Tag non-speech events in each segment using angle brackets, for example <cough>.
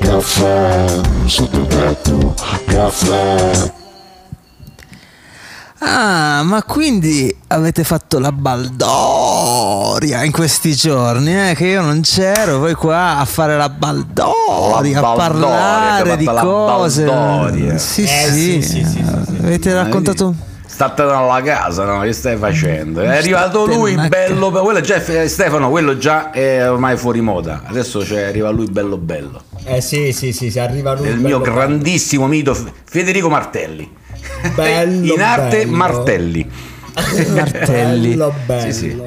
Caffè, sotto tetto, caffè. Ah, ma quindi avete fatto la baldoria in questi giorni, eh? Che io non c'ero, voi qua a fare la baldoria, La a baldoria, che parlare di ha fatto la cose. baldoria. Sì, Eh, sì, sì, sì, sì, sì, sì. Avete raccontato State alla casa, no? Che stai facendo? È arrivato State lui, in macchina. bello. Quello già, eh, Stefano, quello già è ormai fuori moda. Adesso c'è, arriva lui, bello, bello. Eh sì, sì, sì, sì, arriva lui. Del mio bello, grandissimo mito F- Federico Martelli. bello, In arte, bello. Martelli. martelli. Bello, bello. Sì, sì.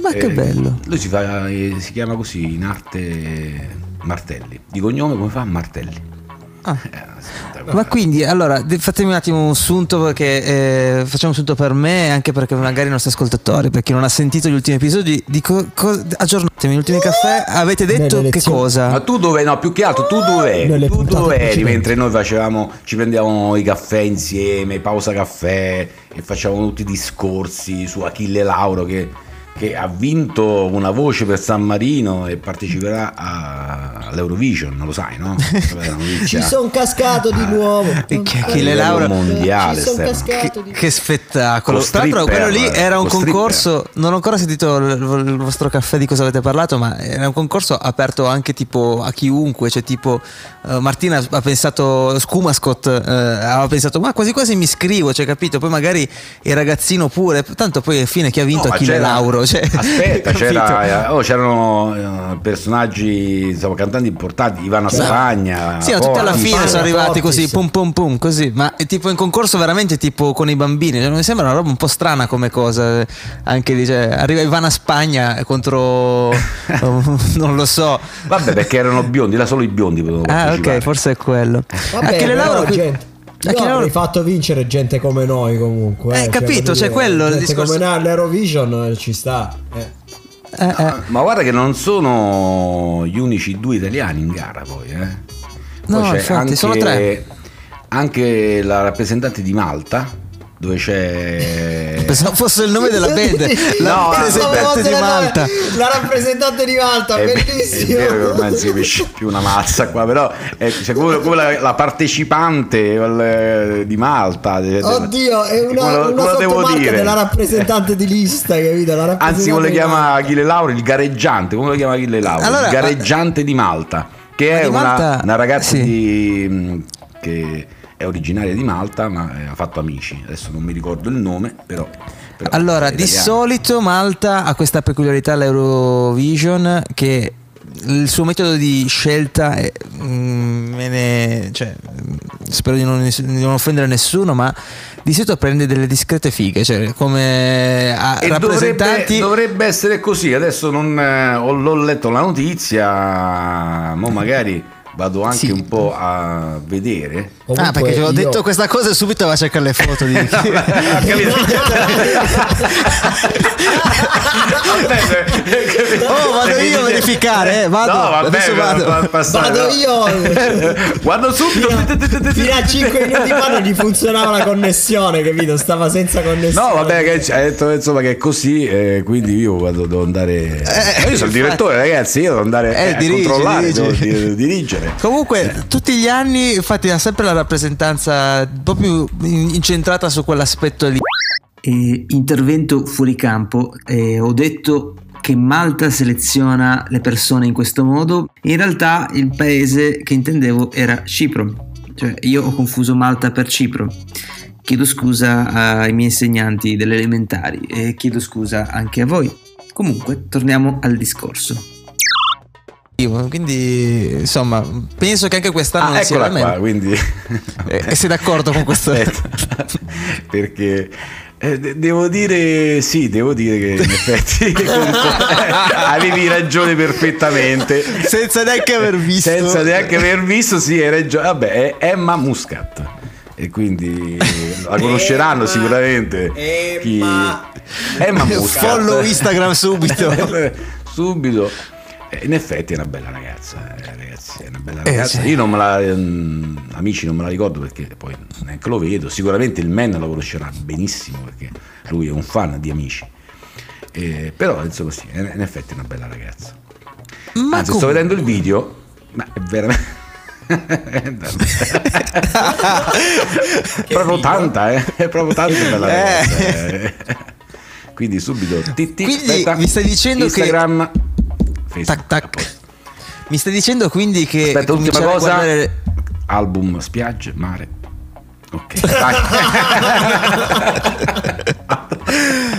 Ma che Eh, bello. Lui si, fa- eh, si chiama così in arte Martelli. Di cognome come fa Martelli? Ah. Eh, aspetta, Ma quindi, allora, de- fatemi un attimo un sunto perché eh, facciamo un sunto per me e anche perché magari i nostri ascoltatori, per chi non ha sentito gli ultimi episodi, dico, co- aggiornatemi, gli ultimi caffè, avete detto Nelle che lezioni. cosa? Ma tu dove, no, più che altro, tu dove Nelle eri? Tu puntate dove eri precedenti. mentre noi facevamo, ci prendevamo i caffè insieme, pausa caffè e facevamo tutti i discorsi su Achille Lauro che, che ha vinto una voce per San Marino e parteciperà a- all'Eurovision, lo <laughs> sai, no? Vabbè, la notizia. Ci sono cascato di nuovo. E che Non- Achille a livello Laura- mondiale, Ci sono Stefano. cascato di Che spettacolo! Con Tra l'altro, quello stripper, lì era un con concorso. Non ho ancora sentito il, il vostro caffè di cosa avete parlato, ma era un concorso aperto anche tipo a chiunque. Cioè, tipo eh, Martina ha pensato, Scumascot eh, aveva pensato, ma quasi quasi mi iscrivo, cioè, capito? Poi magari il ragazzino pure. Tanto poi alla fine chi ha vinto No, ma Achille c'era- Lauro. Cioè, <laughs> Aspetta, <laughs> capito? c'era- eh, oh, c'erano eh, personaggi, insomma, cantanti importanti, Ivana Certo. Spagna. Sì, no, tutti alla Portis. fine sono Fortis. arrivati così, pum pum pum, così, ma è tipo in concorso veramente tipo con i bambini, Cioè, mi sembra una roba un po' strana come cosa, eh, anche lì, cioè, arriva Ivana Spagna contro, oh, non lo so, Vabbè, perché erano biondi, là solo i biondi potevano ah ok, partecipare. forse è quello. Vabbè, Achille però, cioè, Lauro qui- gente, io Achille avrei Lauro- fatto vincere gente come noi comunque. Eh, capito, cioè, voglio dire, quello è il gente discorso. come noi all'Eurovision eh, ci sta. eh. eh, eh. Ma guarda che non sono gli unici due italiani in gara poi, eh. Poi No, c'è infatti, sono tre. Anche la rappresentante di Malta, dove c'è... Pensavo fosse il nome della <laughs> band, la No, rappresentante Volta di la- Malta. La rappresentante di Malta, <laughs> È, ve- è bellissimo. vero che ormai non si capisce più una mazza qua, però è c'è come, come la, la partecipante eh, di Malta. de- de- Oddio, è una, come lo- una come lo devo sottomarca dire? della rappresentante di lista, capito? La rappresentante Anzi, come lo di chiama Achille Lauro? Il gareggiante, come lo chiama Achille Lauro? Allora, il gareggiante di Malta, ma che è di una, Malta- una ragazza sì. di- mh, che è originaria di Malta, ma eh, ha fatto amici. Adesso non mi ricordo il nome, però. però Allora, è di italiana. solito Malta ha questa peculiarità all'Eurovision che il suo metodo di scelta è, mm, me ne- cioè, mm, spero di non, di non offendere nessuno, ma di solito prende delle discrete fighe, cioè come a- E rappresentanti Ah, dovrebbe, dovrebbe essere così. Adesso non, eh, ho, l'ho letto la notizia, ma magari vado anche Sì. un po' a vedere. Malta. ah, perché Comunque ti ho io- detto questa cosa e subito va a cercare le foto <laughs> di <laughs> Capito? Vabbè, Oh, vado io a verificare, eh, vado. No, vabbè, Adesso vado. fa- fa- passare, Vado no. io. Guardo subito. Fino a 5 minuti fa non gli funzionava la connessione, capito? Stava senza connessione. No, vabbè, che c- ha detto insomma che è così, eh, quindi io vado, devo andare. Ma io sono il direttore, ragazzi, io devo andare Eh, eh, a dirigi, controllare, devo dirigi. dir- dirigere. Comunque, tutti gli anni, infatti, ha sempre la rappresentanza proprio in- incentrata su quell'aspetto lì. Eh, intervento fuori campo. Eh, ho detto che Malta seleziona le persone in questo modo. In realtà il paese che intendevo era Cipro. Cioè, io ho confuso Malta per Cipro. Chiedo scusa ai miei insegnanti delle elementari e chiedo scusa anche a voi. Comunque, torniamo al discorso. Quindi, insomma, penso che anche quest'anno Ah, non sia eccola veramente- qua, Eh. quindi. Eh, eh, sei d'accordo con questo? Aspetta, <laughs> Perché eh, de- devo dire sì, devo dire che in effetti concor- <laughs> avevi ragione perfettamente. Senza neanche aver visto. Senza neanche aver visto, sì, hai ragione. Vabbè, è Emma Muscat. E quindi la conosceranno Emma- sicuramente. Emma- <laughs> Emma Muscat. Follow Instagram <laughs> <laughs> subito. Subito. Eh, In effetti è una bella ragazza, eh, ragazzi, è una bella Eh, ragazza. sì. Io non me la ehm, amici non me la ricordo perché poi neanche lo vedo. Sicuramente il man la conoscerà benissimo perché lui è un fan di amici. Eh, però insomma sì, è- in effetti è una bella ragazza. Ma Anzi, sto comunque- <laughs> vedendo il video, ma è veramente proprio figo. tanta, eh? È proprio tanta bella Eh. cosa, eh. Quindi subito TT, Quindi aspetta, mi stai dicendo che- Instagram, Facebook, Tac, tac. apposta. Mi stai dicendo quindi che Aspetta, ultima cominciare a cosa. guardare- Album, spiagge, mare. <laughs> Ok, dai.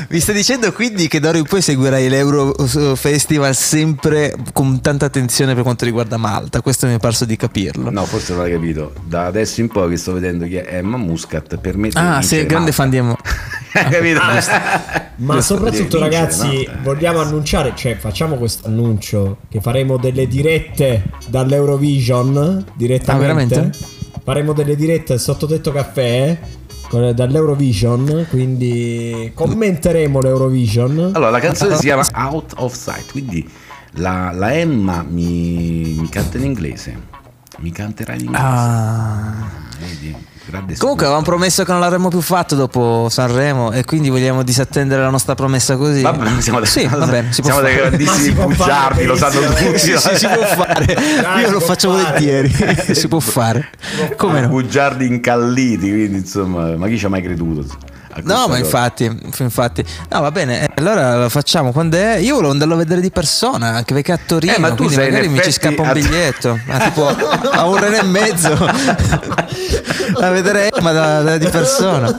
Mi stai dicendo quindi che d'ora in poi seguirai l'Euro eh, Festival sempre con tanta attenzione per quanto riguarda Malta, questo mi è parso di capirlo. No, forse non hai capito. Da adesso in poi che sto vedendo chi è Emma Muscat, per me Ah, sei un grande fan di Emo. Hai <laughs> capito? Ma soprattutto, Devi vincere, ragazzi, no? Eh, vogliamo annunciare, cioè facciamo questo annuncio che faremo delle dirette dall'Eurovision direttamente. Ah, veramente? Faremo delle dirette sotto tetto caffè eh, con- dall'Eurovision, quindi commenteremo l'Eurovision. Allora, la canzone si chiama Out of Sight, quindi la, la Emma mi, mi canta in inglese. Mi canterà in inglese. Ah. Vedi? Grande Comunque avevamo promesso che non l'avremmo più fatto dopo Sanremo e quindi vogliamo disattendere la nostra promessa così. Vabbè, siamo, sì, vabbè, si può siamo dei fare. Ma si grandissimi può fare, bugiardi, lo sanno benissimo. tutti. <laughs> eh. Sì, sì, si può fare. Dai, Io lo si può faccio fare. volentieri. <laughs> si può fare. Come no? Bugiardi incalliti, quindi insomma, ma chi ci ha mai creduto? a questa No, cosa? ma infatti, infatti, no, va bene. eh, Allora lo facciamo quando è. Io volevo andarlo a vedere di persona, anche perché è a Torino, Eh, ma tu quindi sei in magari mi ci effetti scappa un a- biglietto, a tipo a un'ora e mezzo <laughs> a vedere Emma da- da- di persona.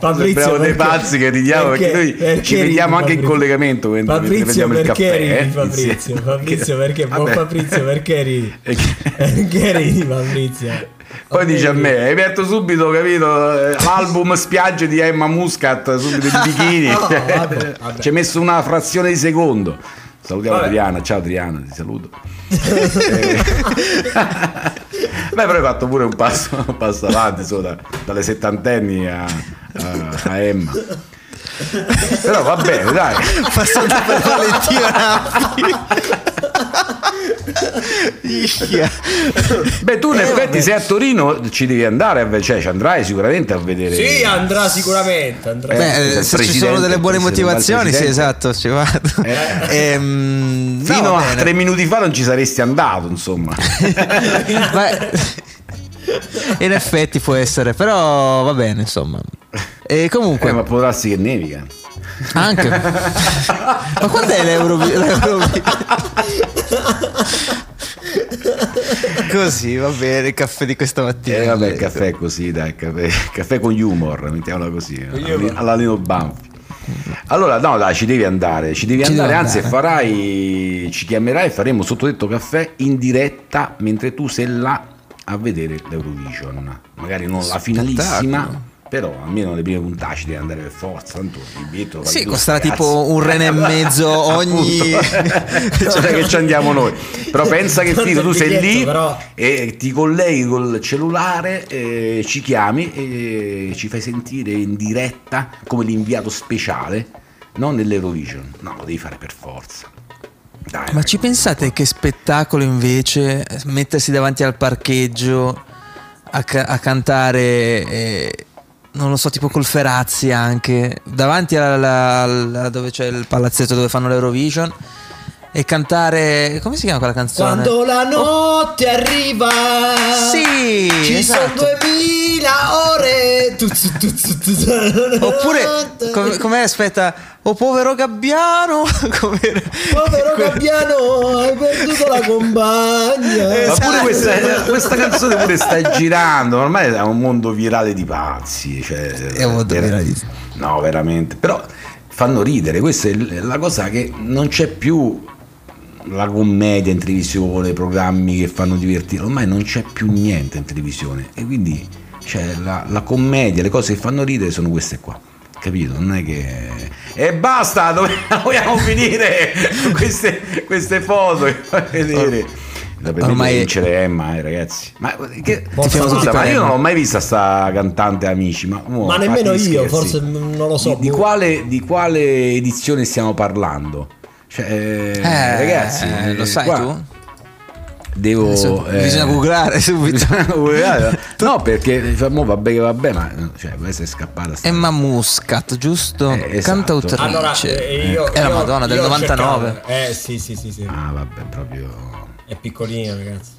Sembriamo dei perché- pazzi che ridiamo perché, noi ci ridi, vediamo anche in Fabrizio? collegamento mentre Fabrizio, prendiamo il perché caffè. eh, ridi, Fabrizio? insieme. <laughs> Fabrizio, perché? Boh, Vabbè. Fabrizio, perché ridi? <laughs> E che- Perché ridi, Fabrizio? Poi Perché dice a ridi? me, hai aperto subito, capito? eh, L'album Spiagge di Emma Muscat, subito <laughs> di bikini. No, vabbè, vabbè. Ci hai messo una frazione di secondo. Salutiamo Vabbè. Triana, ciao Triana, ti <laughs> saluto. Eh, Beh, però hai fatto pure un passo, un passo avanti, insomma, da- dalle settantenni a, a- a Emma. Però va bene, dai. Passando per Valentino Nappi. Ischia. Beh, tu in Eh, effetti sei a Torino, ci devi andare, a ve- cioè ci andrai sicuramente a vedere. Sì, andrà sicuramente. Andrà. Eh, Beh, se scusa, ci presidente, sono delle buone presidente, motivazioni, sì, presidente. esatto, ci vado. Eh. Ehm, no, Fino va a bene. tre minuti fa non ci saresti <laughs> andato, insomma. Ma- <laughs> in effetti può essere, però va bene, insomma. E Eh, comunque, ma può darsi che nevica. anche... ma quando è l'euro? l'Eurovi- Così, va bene, il caffè di questa mattina. Eh, vabbè, il caffè è così, dai, il caffè, il caffè con humor, mettiamola così, alla Lino Banfi. Allora, no, dai, ci devi andare, ci devi Ci andare, devo anzi andare. farai, ci chiamerai e faremo sottotetto caffè in diretta mentre tu sei là a vedere l'Eurovision. Magari non la finalissima, però almeno le prime puntate ci devi andare per forza, tanto il biglietto lo Sì, paghi tu, costerà ragazzi. tipo un rene e <laughs> mezzo ogni... <laughs> Appunto. cioè che ci andiamo noi però pensa <laughs> che Tanto Tito, tu il sei biglietto, lì però. e ti colleghi col cellulare eh, ci chiami e ci fai sentire in diretta come l'inviato speciale non nell'Eurovision no lo devi fare per forza Dai, Ma dai. ci pensate che spettacolo invece mettersi davanti al parcheggio a, ca- a cantare, eh, non lo so, tipo col Ferazzi anche, davanti alla, alla- dove c'è il palazzetto dove fanno l'Eurovision e cantare, come si chiama quella canzone? Quando la notte arriva, Sì, ci esatto. sono 2000 ore. Tuzzu, tuzzu, tuzzu. <laughs> Oppure, com- com'è, aspetta, oh povero Gabbiano, <laughs> com'era? Povero <laughs> Gabbiano, hai perduto la compagna. ma pure Esatto. questa, eh, questa canzone pure sta girando ormai è un mondo virale di pazzi cioè, È un mondo virale di- no veramente però fanno ridere questa è l- la cosa che non c'è più la commedia in televisione programmi che fanno divertire ormai non c'è più niente in televisione e quindi cioè, la, la commedia le cose che fanno ridere sono queste qua capito non è che e basta dove <laughs> vogliamo finire <laughs> con queste, queste foto che fa vedere da per Ormai- me vincere Emma eh, ragazzi ma, che, Forse scusa, avanti ma per io Emma. non ho mai vista sta cantante amici ma, oh, Ma a parte nemmeno gli io, scherzi, forse mm, non lo so. di, di boh. quale, di quale edizione stiamo parlando cioè, eh, Eh, ragazzi lo sai qua- tu? Devo. Adesso eh, bisogna googlare subito. bisogna googlare. <laughs> no, perché fa, mo vabbè che vabbè, ma cioè, questa è scappata. sta- Emma Muscat, giusto? Eh, esatto. Cantautrice. Allora, eh, io, È la io- Madonna del io ho 99. cercato. Eh sì, sì, sì, sì. Ah, vabbè, proprio. È piccolina, ragazzi.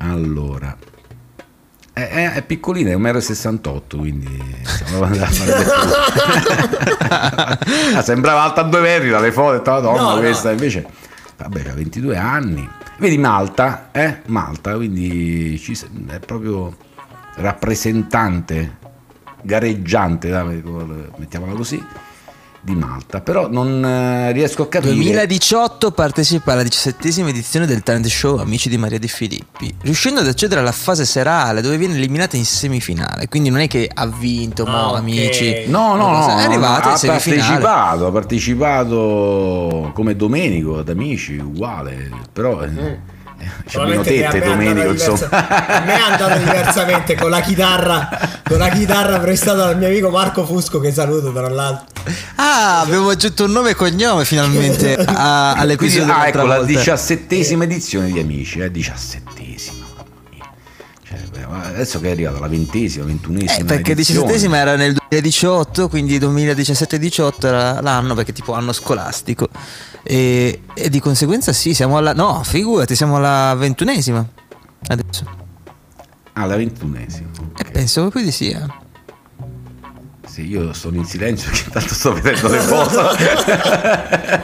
Allora. È, è- è piccolina, è un mero 68, quindi insomma, va- va- <laughs> va- Ah, sembrava alta a due metri dalle foto, tra No, donna no. questa invece. Vabbè, ha 22 anni. Vedi Malta, eh? Malta, quindi ci se- è proprio rappresentante, gareggiante, dai, mettiamola così, di Malta. Però non eh, riesco a capire... 2018 partecipa alla diciassettesima edizione del talent show Amici di Maria Di Filippi, riuscendo ad accedere alla fase serale dove viene eliminata in semifinale. Quindi non è che ha vinto, Ah, mo, ok. amici. No, no, Cosa- no, è arrivato no, in ha semifinale. partecipato, ha partecipato come Domenico ad Amici, uguale, però eh, c'è meno Solamente che a tette me è Domenico, andata insomma. diversa- a me <laughs> è andata diversamente con la chitarra, con la chitarra prestata dal mio amico Marco Fusco che saluto tra l'altro. Ah, abbiamo aggiunto un nome e cognome finalmente <laughs> a- Quindi, all'episodio ah, dell'altra ecco, la volta. diciassettesima edizione di Amici, eh, diciassettesima, mamma mia. Cioè, beh, ma adesso che è arrivata la ventesima, ventunesima Eh, perché edizione. diciassettesima era nel 2018, quindi 2017-18 era l'anno, perché tipo anno scolastico. E, e di conseguenza sì, siamo alla... No, figurati, siamo alla ventunesima. Adesso. Ah, la ventunesima. E penso proprio di sì. eh. Sì, io sono in silenzio perché tanto sto vedendo le <laughs> foto.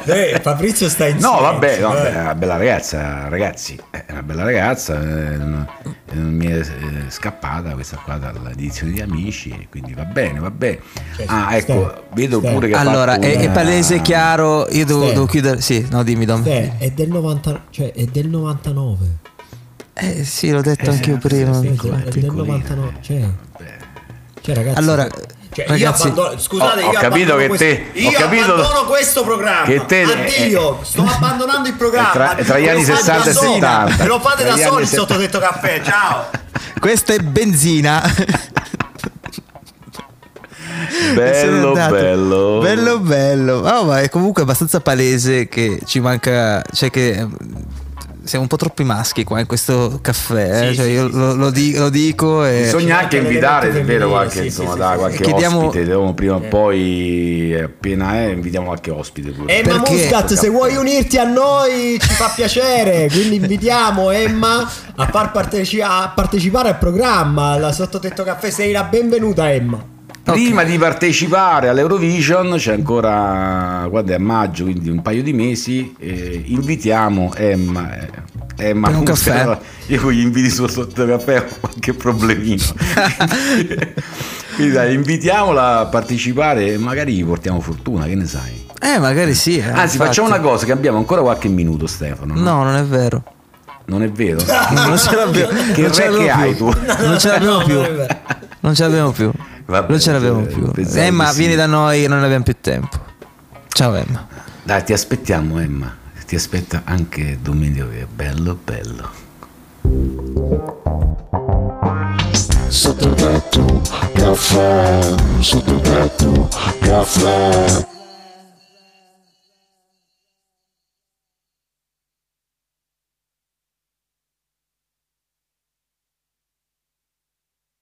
Eh, Fabrizio sta in No, silenzio, vabbè, no, eh. beh, è una bella ragazza, ragazzi, è una bella ragazza, eh, non- eh, non mi è eh, scappata questa qua dall'edizione di Amici, e quindi va bene, va bene. Cioè, Ah, stai, ecco, vedo stai. pure che... ha Allora, fatto è, è una- palese, chiaro, io devo, Sì. devo chiudere... Sì, no, dimmi Dom. Eh, è del 90, cioè è del 99. Eh, sì, l'ho detto anche io sì, prima. sì, Cioè, sì. infatti. è del piccolina, 99, cioè, Vabbè. cioè, ragazzi. Allora, Cioè, ragazzi... io abbandono, scusate, Ho- ho io capito abbandono che questo, te- io ho capito abbandono questo programma. che te- Addio, eh, sto abbandonando il programma. è tra- è tra gli Ve lo anni fate 60 e da soli, 70. Ve lo fate Tra da gli soli anni sotto detto caffè. <laughs> Ciao. Questa è benzina. Se n'è Bello, andato. bello. bello, bello. Ah, ma è comunque abbastanza palese che ci manca, cioè che ehm, siamo un po' troppi maschi qua in questo caffè. eh. Sì, Cioè, sì, io sì, lo, lo di- lo dico e Bisogna anche anche invitare, l'elemento è vero, femminile, qualche, sì, insomma, sì, dai, sì, Eh. qualche sì. Chiediamo- ospite, devo prima o poi, appena è, invitiamo qualche ospite pure. Emma Perché? Muscat, se vuoi unirti a noi ci fa piacere, quindi invitiamo Emma a, far parteci- a partecipare al programma, alla Sottotetto Caffè, sei la benvenuta Emma. Prima di partecipare all'Eurovision, c'è ancora, guarda, è a maggio, quindi un paio di mesi, eh, invitiamo Emma. eh, Emma Per un caffè? Io con gli inviti sul sotto caffè ho <laughs> qualche problemino. quindi dai, invitiamola a partecipare e magari gli portiamo fortuna, che ne sai? eh, magari sì. eh, Anzi, infatti. facciamo una cosa, che abbiamo ancora qualche minuto Stefano. No? No, non è vero. Non è vero? <laughs> Non ce l'abbiamo Che non ce re che l'abbiamo hai più. tu? Non ce l'abbiamo <laughs> No, più. non è vero. Non ce l'abbiamo più. Vabbè, non ce l'abbiamo eh, più. pensavo Emma, di sì. vieni da noi, non abbiamo più tempo. Ciao Emma. Dai, ti aspettiamo Emma, ti aspetta anche Domenico che è bello bello. sotto tetto, caffè, sotto tetto, caffè.